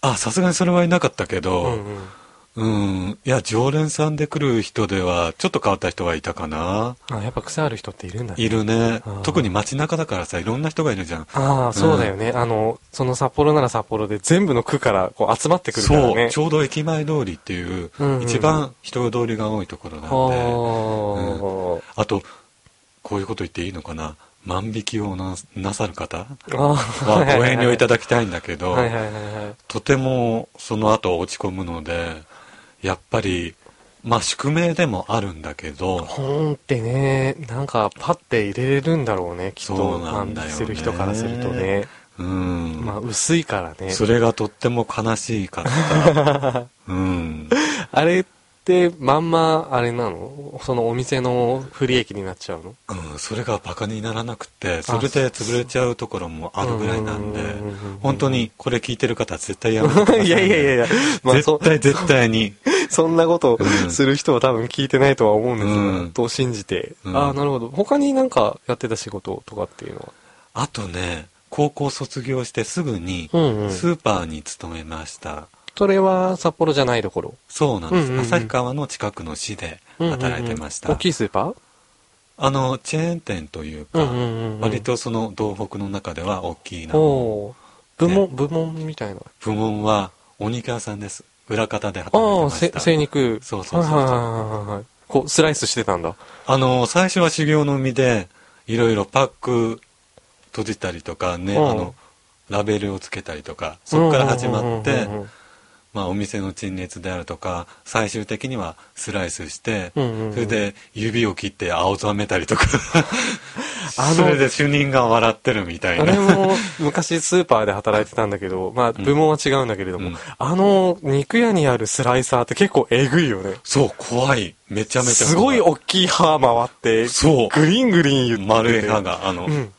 Speaker 2: あさすがにそれはいなかったけ
Speaker 1: うん
Speaker 2: ど
Speaker 1: うん。
Speaker 2: うん、いや常連さんで来る人ではちょっと変わった人はいたかな
Speaker 1: あ、やっぱ癖ある人っているんだね。
Speaker 2: いるね
Speaker 1: あー
Speaker 2: 特に街中だからさいろんな人がいるじゃん
Speaker 1: ああ、そうだよね。あの、その札幌なら札幌で全部の区からこう集まってくるから
Speaker 2: そう
Speaker 1: ね。
Speaker 2: ちょうど駅前通りっていう、
Speaker 1: うんうん
Speaker 2: 一番人通りが多いところなんで
Speaker 1: は
Speaker 2: あと、こういうこと言っていいのかな万引きをななさ る方
Speaker 1: あ。ああ
Speaker 2: はご遠慮いた
Speaker 1: だ
Speaker 2: だきたいんだけど、
Speaker 1: はいはいはいはい。
Speaker 2: とてもその後落ち込むので、やっぱり、まあ宿命でもあるんだけど、
Speaker 1: 本ってね、なんかパッて入れれるんだろうね、きっと。
Speaker 2: そうなんだよね
Speaker 1: する人からするとね。
Speaker 2: うん。
Speaker 1: まあ、薄いからね。
Speaker 2: それがとっても悲しいか った。うん。
Speaker 1: あれって、まんま、あれなのそのお店の不利益になっちゃうの
Speaker 2: うん、それがバカにならなくて、それで潰れちゃうところもあるぐらいなんで
Speaker 1: うんうんうんうん、
Speaker 2: 本当にこれ聞いてる方は絶対やめてください、ね。
Speaker 1: いやいやいやいや、まあ、
Speaker 2: 絶
Speaker 1: そ、
Speaker 2: 対絶対に。
Speaker 1: そんなこと
Speaker 2: うん
Speaker 1: する人は多分聞いてないとは思うんですが、
Speaker 2: うん
Speaker 1: と信じて。
Speaker 2: うん
Speaker 1: ああ、なるほど。他になんかやってた仕事とかっていうのは。
Speaker 2: あとね、高校卒業してすぐに、ス
Speaker 1: ん
Speaker 2: ーパーに勤めました。
Speaker 1: それは札幌じゃないところ。
Speaker 2: そうなんです、
Speaker 1: うんうんうん
Speaker 2: 旭川の近くの市で働いてました。
Speaker 1: うんうんうん大きいスーパー
Speaker 2: あの、チェーン店というか、
Speaker 1: うんうんうんうん
Speaker 2: 割とその道北の中では大きいな。
Speaker 1: おお。部門、
Speaker 2: ね
Speaker 1: 部門みたいな。
Speaker 2: 部門はお肉屋さんです。裏方で働いて
Speaker 1: ああ、
Speaker 2: まし
Speaker 1: せ
Speaker 2: た。
Speaker 1: 精肉。
Speaker 2: そうそうそうそう
Speaker 1: はいはいはいはいはい。こう、スライスしてたんだ。
Speaker 2: あの、最初は修行の身で、いろいろパック閉じたりとかね、
Speaker 1: うん
Speaker 2: あの、ラベルをつけたりとか、そこから始まっ
Speaker 1: う
Speaker 2: て
Speaker 1: ん、うん
Speaker 2: まあお店の陳列であるとか、最終的にはスライスして、
Speaker 1: うんうんうん
Speaker 2: それで指を切って青ざめたりとか、
Speaker 1: あの
Speaker 2: それで主任が笑ってるみたい
Speaker 1: あれ
Speaker 2: な。
Speaker 1: も昔スーパーで働いてたんだけど、まあ部門は違うんだけれども、
Speaker 2: うん
Speaker 1: あの肉屋にあるスライサーって結構えぐいよね。
Speaker 2: そう、怖い。めちゃめちゃ怖
Speaker 1: すごい大きい歯回って、
Speaker 2: そう
Speaker 1: グリングリン言ってて
Speaker 2: 丸い歯。が、あの、
Speaker 1: うん。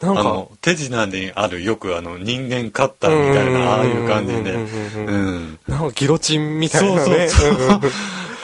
Speaker 1: なん
Speaker 2: あ
Speaker 1: か
Speaker 2: の、手品にあるよくあの人間カッターみたいな、ああいう感じで、
Speaker 1: うんうんうんう
Speaker 2: うん。
Speaker 1: なんかギロチンみたいなね。
Speaker 2: そうそうそうん
Speaker 1: んん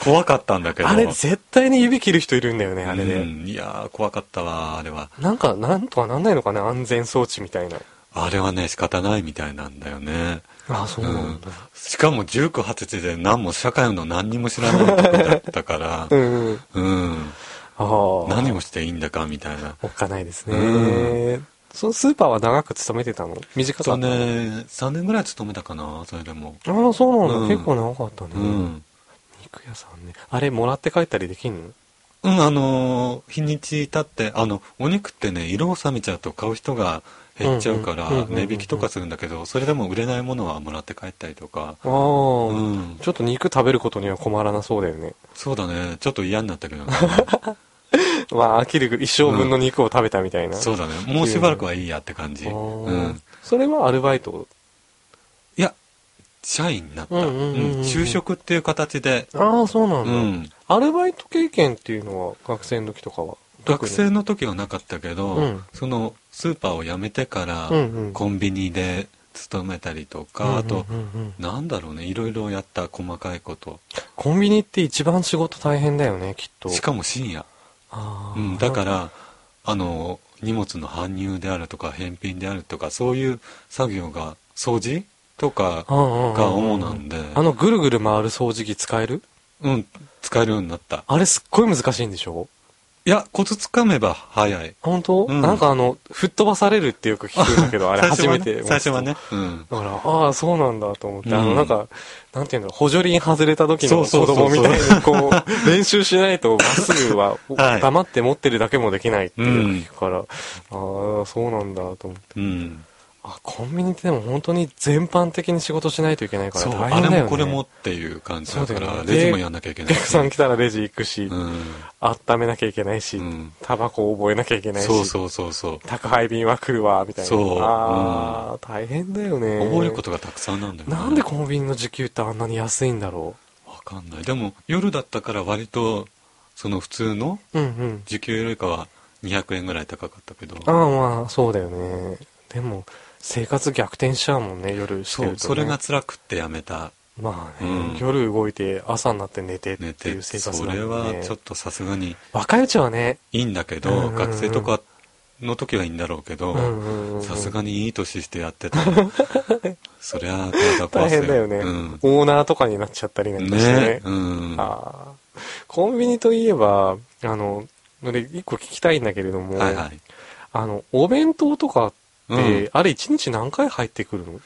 Speaker 2: 怖かったんだけど。
Speaker 1: あれ絶対に指切る人いるんだよね、あれ
Speaker 2: う
Speaker 1: ね。
Speaker 2: ん、いやー、怖かったわ、あれは。
Speaker 1: なんか、なんとかなんないのかね、安全装置みたいな。
Speaker 2: あれはね、仕方ないみたいなんだよね。
Speaker 1: あ、そう
Speaker 2: う
Speaker 1: なん
Speaker 2: ん
Speaker 1: だ。、
Speaker 2: しかも19、20で何も社会の何にも知らない時だったから
Speaker 1: う、ん うん。
Speaker 2: うん、
Speaker 1: ああ。
Speaker 2: 何をしていいんだかみたいな。
Speaker 1: おっかないです
Speaker 2: う
Speaker 1: ね。そのスーパーは長く勤めてたの短かった
Speaker 2: そうね
Speaker 1: の、
Speaker 2: 3年ぐらい勤めたかな、それでも。
Speaker 1: ああ、そうなんだ。
Speaker 2: うん
Speaker 1: 結構長かったね。
Speaker 2: うん。
Speaker 1: 肉屋さんね。あれ、もらって帰ったりできんの
Speaker 2: うん、あのー日にち経って、あの、お肉ってね、色を冷めちゃうと買う人が減っちゃうか
Speaker 1: うんうんうん
Speaker 2: ら
Speaker 1: う、んうん
Speaker 2: 値引きとかするんだけど、それでも売れないものはもらって帰ったりとか。
Speaker 1: ああ、
Speaker 2: うん。
Speaker 1: ちょっと肉食べることには困らなそうだよね。
Speaker 2: そうだね、ちょっと嫌になったけ どね。
Speaker 1: まあ、飽きる一生分の肉を食べたみたいな。
Speaker 2: そうだね、もうしばらくはいいやって感じ。
Speaker 1: あー
Speaker 2: うん。
Speaker 1: それはアルバイト。
Speaker 2: いや、社員になった。
Speaker 1: う
Speaker 2: うんん
Speaker 1: うんうんうん
Speaker 2: 就職っていう形で、
Speaker 1: ああ、そうな
Speaker 2: うん
Speaker 1: だ。
Speaker 2: ん。
Speaker 1: アルバイト経験っていうのは、学生の時とかは。特
Speaker 2: 学
Speaker 1: に
Speaker 2: 生の時はなかったけど、
Speaker 1: うん
Speaker 2: そのスーパーを辞めてから、
Speaker 1: うんうん
Speaker 2: コンビニで勤めたりと
Speaker 1: うんうんうん
Speaker 2: か、あと、
Speaker 1: うん
Speaker 2: なんだろうね、いろいろやった細かいこと。
Speaker 1: コンビニって一番仕事大変だよね、きっと。
Speaker 2: しかも深夜。
Speaker 1: あ
Speaker 2: う
Speaker 1: ー
Speaker 2: ん、だから、あの、荷物の搬入であるとか、返品であるとか、そういう作業が、掃除とか
Speaker 1: うんうんうんうん
Speaker 2: が主なんで、
Speaker 1: あのぐるぐる回る掃除機使える
Speaker 2: うん、使えるようになった。
Speaker 1: あれすっごい難しいんでしょ
Speaker 2: いや、コツつかめば早い。
Speaker 1: 本当、
Speaker 2: うん
Speaker 1: なんかあの、吹っ飛ばされるってよく聞くんだ けど、あれ
Speaker 2: 最初
Speaker 1: 初
Speaker 2: は
Speaker 1: め
Speaker 2: ね
Speaker 1: て。
Speaker 2: 最初は。ね。うん。
Speaker 1: だから、ああ、そうなんだと思って、あ
Speaker 2: う
Speaker 1: の、
Speaker 2: ん
Speaker 1: なんか、なんていうんだろう、補助輪外れた時
Speaker 2: そ
Speaker 1: の
Speaker 2: う
Speaker 1: 子
Speaker 2: そうそうそう
Speaker 1: 供みたいに、こう、練習しないと、まっすぐは、
Speaker 2: はい
Speaker 1: 黙って持ってるだけもできないってよく聞くから、ああ、そうなんだと思って。
Speaker 2: うん。
Speaker 1: あ、コンビニってでも本当に全般的に仕事しないといけないから
Speaker 2: そう、
Speaker 1: 大変
Speaker 2: あ
Speaker 1: だ
Speaker 2: れ
Speaker 1: よね。
Speaker 2: もこれもっていう感じだか
Speaker 1: そうだよ
Speaker 2: ら、
Speaker 1: ね
Speaker 2: レジもやんなきゃい け
Speaker 1: お
Speaker 2: ない
Speaker 1: 客
Speaker 2: し。
Speaker 1: さん来たらレジ行くし、
Speaker 2: うん。
Speaker 1: 温めなきゃいけないし、
Speaker 2: うん
Speaker 1: タバコ覚えなきゃいけないし、
Speaker 2: そうそうそうそう。
Speaker 1: 宅配便は来るわ、みたいな。
Speaker 2: そう
Speaker 1: ああ、大変だよね。
Speaker 2: 覚えることがたくさんなんだよね。
Speaker 1: なんでコンビニの時給ってあんなに安いんだろ
Speaker 2: わかんない。でも、夜だったから割と、その普通の
Speaker 1: う。うんうん。
Speaker 2: 時給よりかは200円ぐらい高かったけど。
Speaker 1: ああ、まあ、そうだよね。でも、生活逆転しちゃうもんね、夜して
Speaker 2: そ
Speaker 1: ると、ね。
Speaker 2: う、それが辛くってやめた。
Speaker 1: まあね、
Speaker 2: うん
Speaker 1: 夜動いて朝になって寝てって
Speaker 2: 寝
Speaker 1: い
Speaker 2: て、
Speaker 1: う生活な
Speaker 2: そ
Speaker 1: んだ
Speaker 2: れ
Speaker 1: よね。
Speaker 2: はちょっとさすがに
Speaker 1: 若いうちはね、
Speaker 2: いいんだけ
Speaker 1: うんうんう
Speaker 2: ど、
Speaker 1: ん
Speaker 2: 学生とかの時はいいんだろうけど、
Speaker 1: うんうんうんうん
Speaker 2: さすがにいい年してや ってたらそりゃ体壊
Speaker 1: 大
Speaker 2: すよ
Speaker 1: 変だよね、
Speaker 2: うん
Speaker 1: オーナーとかになっちゃったりなんかしてね。
Speaker 2: ねうん
Speaker 1: あーコンビニといえば、あの、ので一個聞きたいんだけれども、
Speaker 2: はいはい
Speaker 1: あの、お弁当とかって、
Speaker 2: うん
Speaker 1: あれ一日何回入ってくるの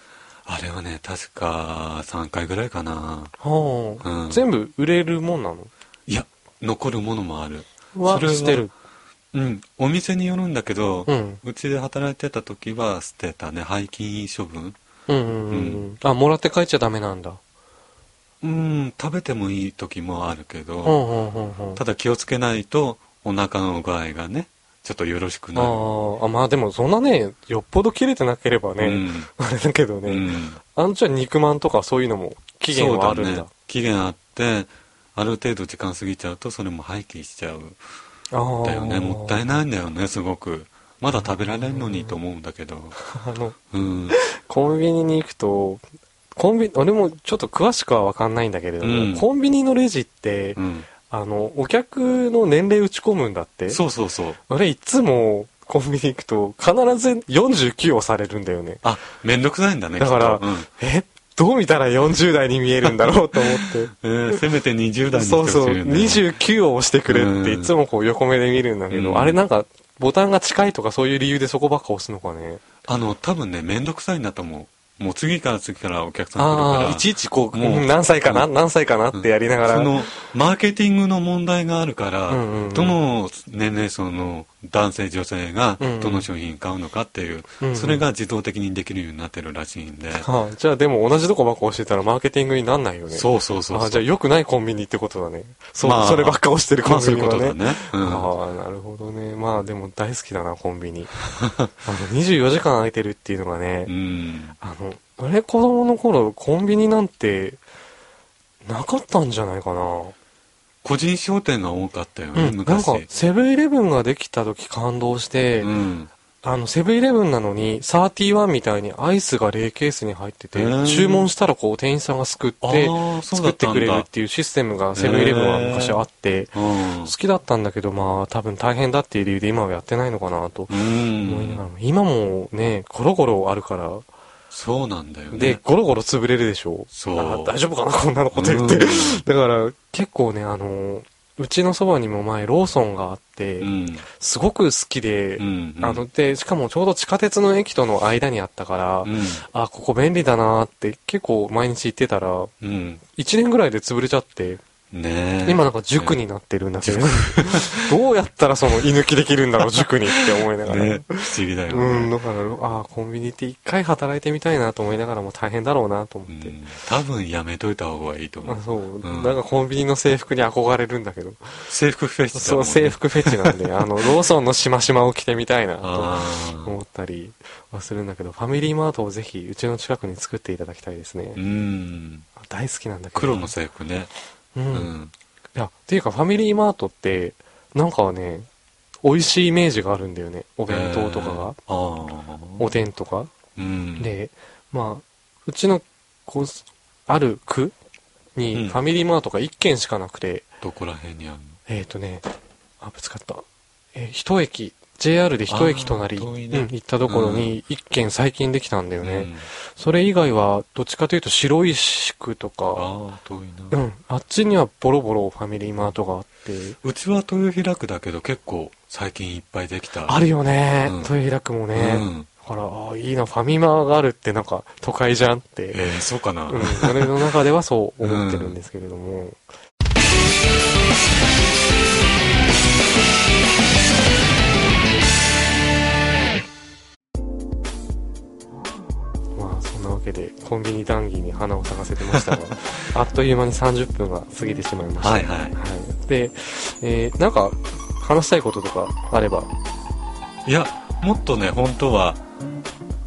Speaker 2: あれはね確か3回ぐらいかな
Speaker 1: はあ
Speaker 2: うん
Speaker 1: 全部売れるもんなの
Speaker 2: いや残るものもある
Speaker 1: は
Speaker 2: それは
Speaker 1: 捨てる。
Speaker 2: うんお店によるんだけど、
Speaker 1: うん。
Speaker 2: うちで働いてた時は捨てたね廃棄処分
Speaker 1: うんうんうん。うん、あ、もらって帰っちゃダメなんだ。
Speaker 2: うん食べてもいい時もあるけ
Speaker 1: う
Speaker 2: ど、
Speaker 1: んうんうんうん。
Speaker 2: ただ気をつけないとお腹の具合がねちょっとよろしく
Speaker 1: あ
Speaker 2: なる
Speaker 1: ーあ、まあでもそんなね、よっぽど切れてなければね、あれだけど
Speaker 2: う
Speaker 1: ね、
Speaker 2: ん、うん
Speaker 1: あのちゃん肉まんとかそういうのも期限はあるんだ。
Speaker 2: そうね、期限あってある程度時間過ぎちゃうとそれも廃棄しちゃうん
Speaker 1: あー
Speaker 2: だよねもったいないんだよねすごくまだ食べられんのにと思うんだけど
Speaker 1: あの、
Speaker 2: うん
Speaker 1: コンビニに行くと、コンビニ、俺もちょっと詳しくはわかんないんだけれども、
Speaker 2: うん
Speaker 1: コンビニのレジって、
Speaker 2: うん
Speaker 1: あの、お客の年齢打ち込むんだって。
Speaker 2: そうそうそう
Speaker 1: 俺いつもコンビニ行くと必ず49をされるんだよね。
Speaker 2: あめんどくさいんだね
Speaker 1: だから
Speaker 2: きっとうん
Speaker 1: えどう見たら40代に見えるんだろうと思 っ
Speaker 2: えーせめて20代
Speaker 1: て。
Speaker 2: にして
Speaker 1: そ
Speaker 2: ほ
Speaker 1: う
Speaker 2: しい
Speaker 1: そう、
Speaker 2: よね
Speaker 1: 29を押してくれって
Speaker 2: うん
Speaker 1: いつもこう横目で見るんだけど、
Speaker 2: うん
Speaker 1: あれなんかボタンが近いとかそういう理由でそこばっか押すのかね。
Speaker 2: あの多分ねめんどくさいんだと思うもう次から次からお客さん来るか
Speaker 1: あ
Speaker 2: ら、
Speaker 1: あ、いちいちこう、
Speaker 2: もう
Speaker 1: うん何歳かな、
Speaker 2: うん
Speaker 1: 何歳かなってやりながら。
Speaker 2: その、マーケティングの問題があるから、
Speaker 1: うんうんうん
Speaker 2: どの年齢層の男性、女性が
Speaker 1: うんうん
Speaker 2: どの商品買うのかっていう、
Speaker 1: うんうん
Speaker 2: それが自動的にできるようになってるらしいんで、
Speaker 1: はあ、じゃあでも同じとこばっか押してたらマーケティングになんないよね。う
Speaker 2: そうそうそうそう。
Speaker 1: あじゃあ良くないコンビニってことだね。そう、
Speaker 2: まあ
Speaker 1: そればっか押してるコ
Speaker 2: まあ
Speaker 1: ン
Speaker 2: そう
Speaker 1: ビ
Speaker 2: いう
Speaker 1: ニ
Speaker 2: こ
Speaker 1: は
Speaker 2: と
Speaker 1: ね。
Speaker 2: だね。うん
Speaker 1: ああ、なるほどね。まあでも大好きだな、コンビ ニ。あの、24時間空いてるっていうのがね、
Speaker 2: うん。
Speaker 1: あの、俺子供の頃、コンビニなんて、なかったんじゃないかな。
Speaker 2: 個人商店が多かったよ
Speaker 1: う
Speaker 2: ね、
Speaker 1: ん、なん
Speaker 2: 昔。
Speaker 1: か、セブンイレブンができた時感動して、
Speaker 2: うん。
Speaker 1: あの、セブンイレブンなのに、31みたいにアイスが冷ケースに入ってて
Speaker 2: へー、
Speaker 1: 注文したらこう店員さんがすくっ
Speaker 2: あ
Speaker 1: て、
Speaker 2: あ、そう
Speaker 1: 作
Speaker 2: だ
Speaker 1: っ
Speaker 2: ってたん
Speaker 1: くれる
Speaker 2: だ
Speaker 1: っ。ていうシステムがセブンイレブンは昔あって、
Speaker 2: うん
Speaker 1: 好。きだったんだけど、まあ多分大変だっていう理由で今はやってないのかなと
Speaker 2: う
Speaker 1: 思いながら
Speaker 2: ん。
Speaker 1: も、今もね、ゴロゴロあるから、
Speaker 2: そうなんだよね。
Speaker 1: で、ゴロゴロ潰れるでしょ
Speaker 2: そう
Speaker 1: あ大丈夫かな こんなのこと言って。
Speaker 2: うん
Speaker 1: だから、結構ね、あの、うちのそばにも前ローソンがあって、
Speaker 2: うん。
Speaker 1: すごく好きで、
Speaker 2: うん。
Speaker 1: あの、で、しかもちょうど地下鉄の駅との間にあったから、
Speaker 2: うん、
Speaker 1: あ、ここ便利だなーって結構毎日行ってたら、
Speaker 2: うん。
Speaker 1: 1年ぐらいで潰れちゃって、
Speaker 2: ねえ。
Speaker 1: 今なんか塾になってるんだけど、 どうやったらその居抜きできるんだろう、塾にって思いながら。
Speaker 2: ね、不思議だよ
Speaker 1: う
Speaker 2: ね。
Speaker 1: ん、だから、ああ、コンビニって一回働いてみたいなと思いながらも大変だろうなと思って。
Speaker 2: うん多分やめといた方がいいと思
Speaker 1: あ
Speaker 2: う。
Speaker 1: そう、
Speaker 2: ん
Speaker 1: なんかコンビニの制服に憧れるんだけど。
Speaker 2: 制服フェスだ
Speaker 1: そ
Speaker 2: もん
Speaker 1: う、
Speaker 2: ね
Speaker 1: 制。服フェチなんで、あの、ローソンのしましまを着てみたいなと
Speaker 2: ああ。
Speaker 1: 思ったりはするんだけど、ファミリーマートをぜひうちの近くに作っていただきたいですね
Speaker 2: う。ん。
Speaker 1: 大好きなんだけど。
Speaker 2: 黒の制服ね。
Speaker 1: う。
Speaker 2: うん
Speaker 1: い
Speaker 2: ん。
Speaker 1: や、っていうかファミリーマートって、なんかね、美味しいイメージがあるんだよね。お
Speaker 2: お
Speaker 1: 弁当とかが、
Speaker 2: ああ。
Speaker 1: おでんとか。
Speaker 2: うん。
Speaker 1: で、まあ、うちの、こう、ある区
Speaker 2: うん
Speaker 1: にファミリーマートが1軒しかなくて、
Speaker 2: どこら辺にあるの
Speaker 1: えっ、とね、あ、ぶつかった。えー一駅、JR で一駅隣、
Speaker 2: あー遠い
Speaker 1: うん、
Speaker 2: ね
Speaker 1: 行ったところに1軒最近できたんだよね。
Speaker 2: うん
Speaker 1: それ以外は、どっちかというと白石区とか、
Speaker 2: ああ、遠いうな。
Speaker 1: ん、あっちにはボロボロファミリーマートがあって、
Speaker 2: うちは豊平区だけど結構最近いっぱいできた。
Speaker 1: あるよね、
Speaker 2: うん
Speaker 1: 豊平区もね。
Speaker 2: うん
Speaker 1: だから、あーいいな、ファミマがあるってなんか都会じゃんって。
Speaker 2: えー、そうかな。
Speaker 1: うん、俺の中ではそう思ってるんですけれども。まあそんなわけでコンビニ談義に花を咲かせてました があっという間に30分が過ぎてしまいました、
Speaker 2: はいはい
Speaker 1: いで、えーなんか話したいこととかあれば
Speaker 2: いや、もっとね、本当は、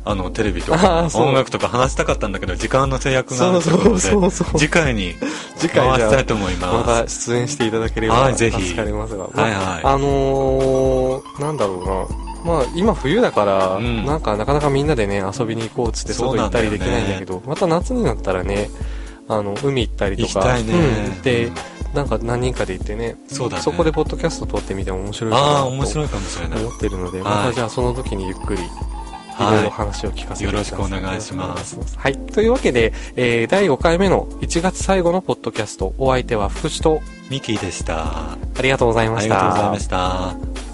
Speaker 2: あの、テレビと
Speaker 1: あ
Speaker 2: か
Speaker 1: ー、そう
Speaker 2: 音楽とか話したかったんだけど、時間の制約があ
Speaker 1: そ
Speaker 2: る
Speaker 1: う
Speaker 2: というこ
Speaker 1: そ
Speaker 2: と
Speaker 1: う
Speaker 2: で、
Speaker 1: そうそう
Speaker 2: 次回に
Speaker 1: 次
Speaker 2: 回
Speaker 1: じゃ
Speaker 2: し
Speaker 1: あ
Speaker 2: たいと思い
Speaker 1: ま
Speaker 2: ます。
Speaker 1: た出演していただければ
Speaker 2: はいぜひ
Speaker 1: 助かりますが、
Speaker 2: はいはい
Speaker 1: まああのーなんだろうなまあ今冬だから、
Speaker 2: うん
Speaker 1: なんかなかなかみんなでね遊びに行こうっつって
Speaker 2: そう
Speaker 1: 外行
Speaker 2: な
Speaker 1: っ
Speaker 2: んだ
Speaker 1: た
Speaker 2: よ
Speaker 1: り
Speaker 2: ね
Speaker 1: できないんだけどまた夏になったらねあの海行ったりと
Speaker 2: 行
Speaker 1: か
Speaker 2: きたいね。
Speaker 1: うん行って
Speaker 2: うん
Speaker 1: なんか何人かで行ってね
Speaker 2: そうだね。
Speaker 1: こでポッドキャスト撮ってみても面白いかな
Speaker 2: ああ、
Speaker 1: と
Speaker 2: 面白いかもしれない。
Speaker 1: 思ってるので、
Speaker 2: はい
Speaker 1: またじゃあその時にゆっくりいろいろ
Speaker 2: は
Speaker 1: 話を聞かせてください。
Speaker 2: よろしくお願いします。
Speaker 1: はい。というわけで、えー第5回目の1月最後のポッドキャスト、お相手は福士と
Speaker 2: い。ミキでした。あ
Speaker 1: ありがとうございまし
Speaker 2: り
Speaker 1: た。
Speaker 2: がとうございました。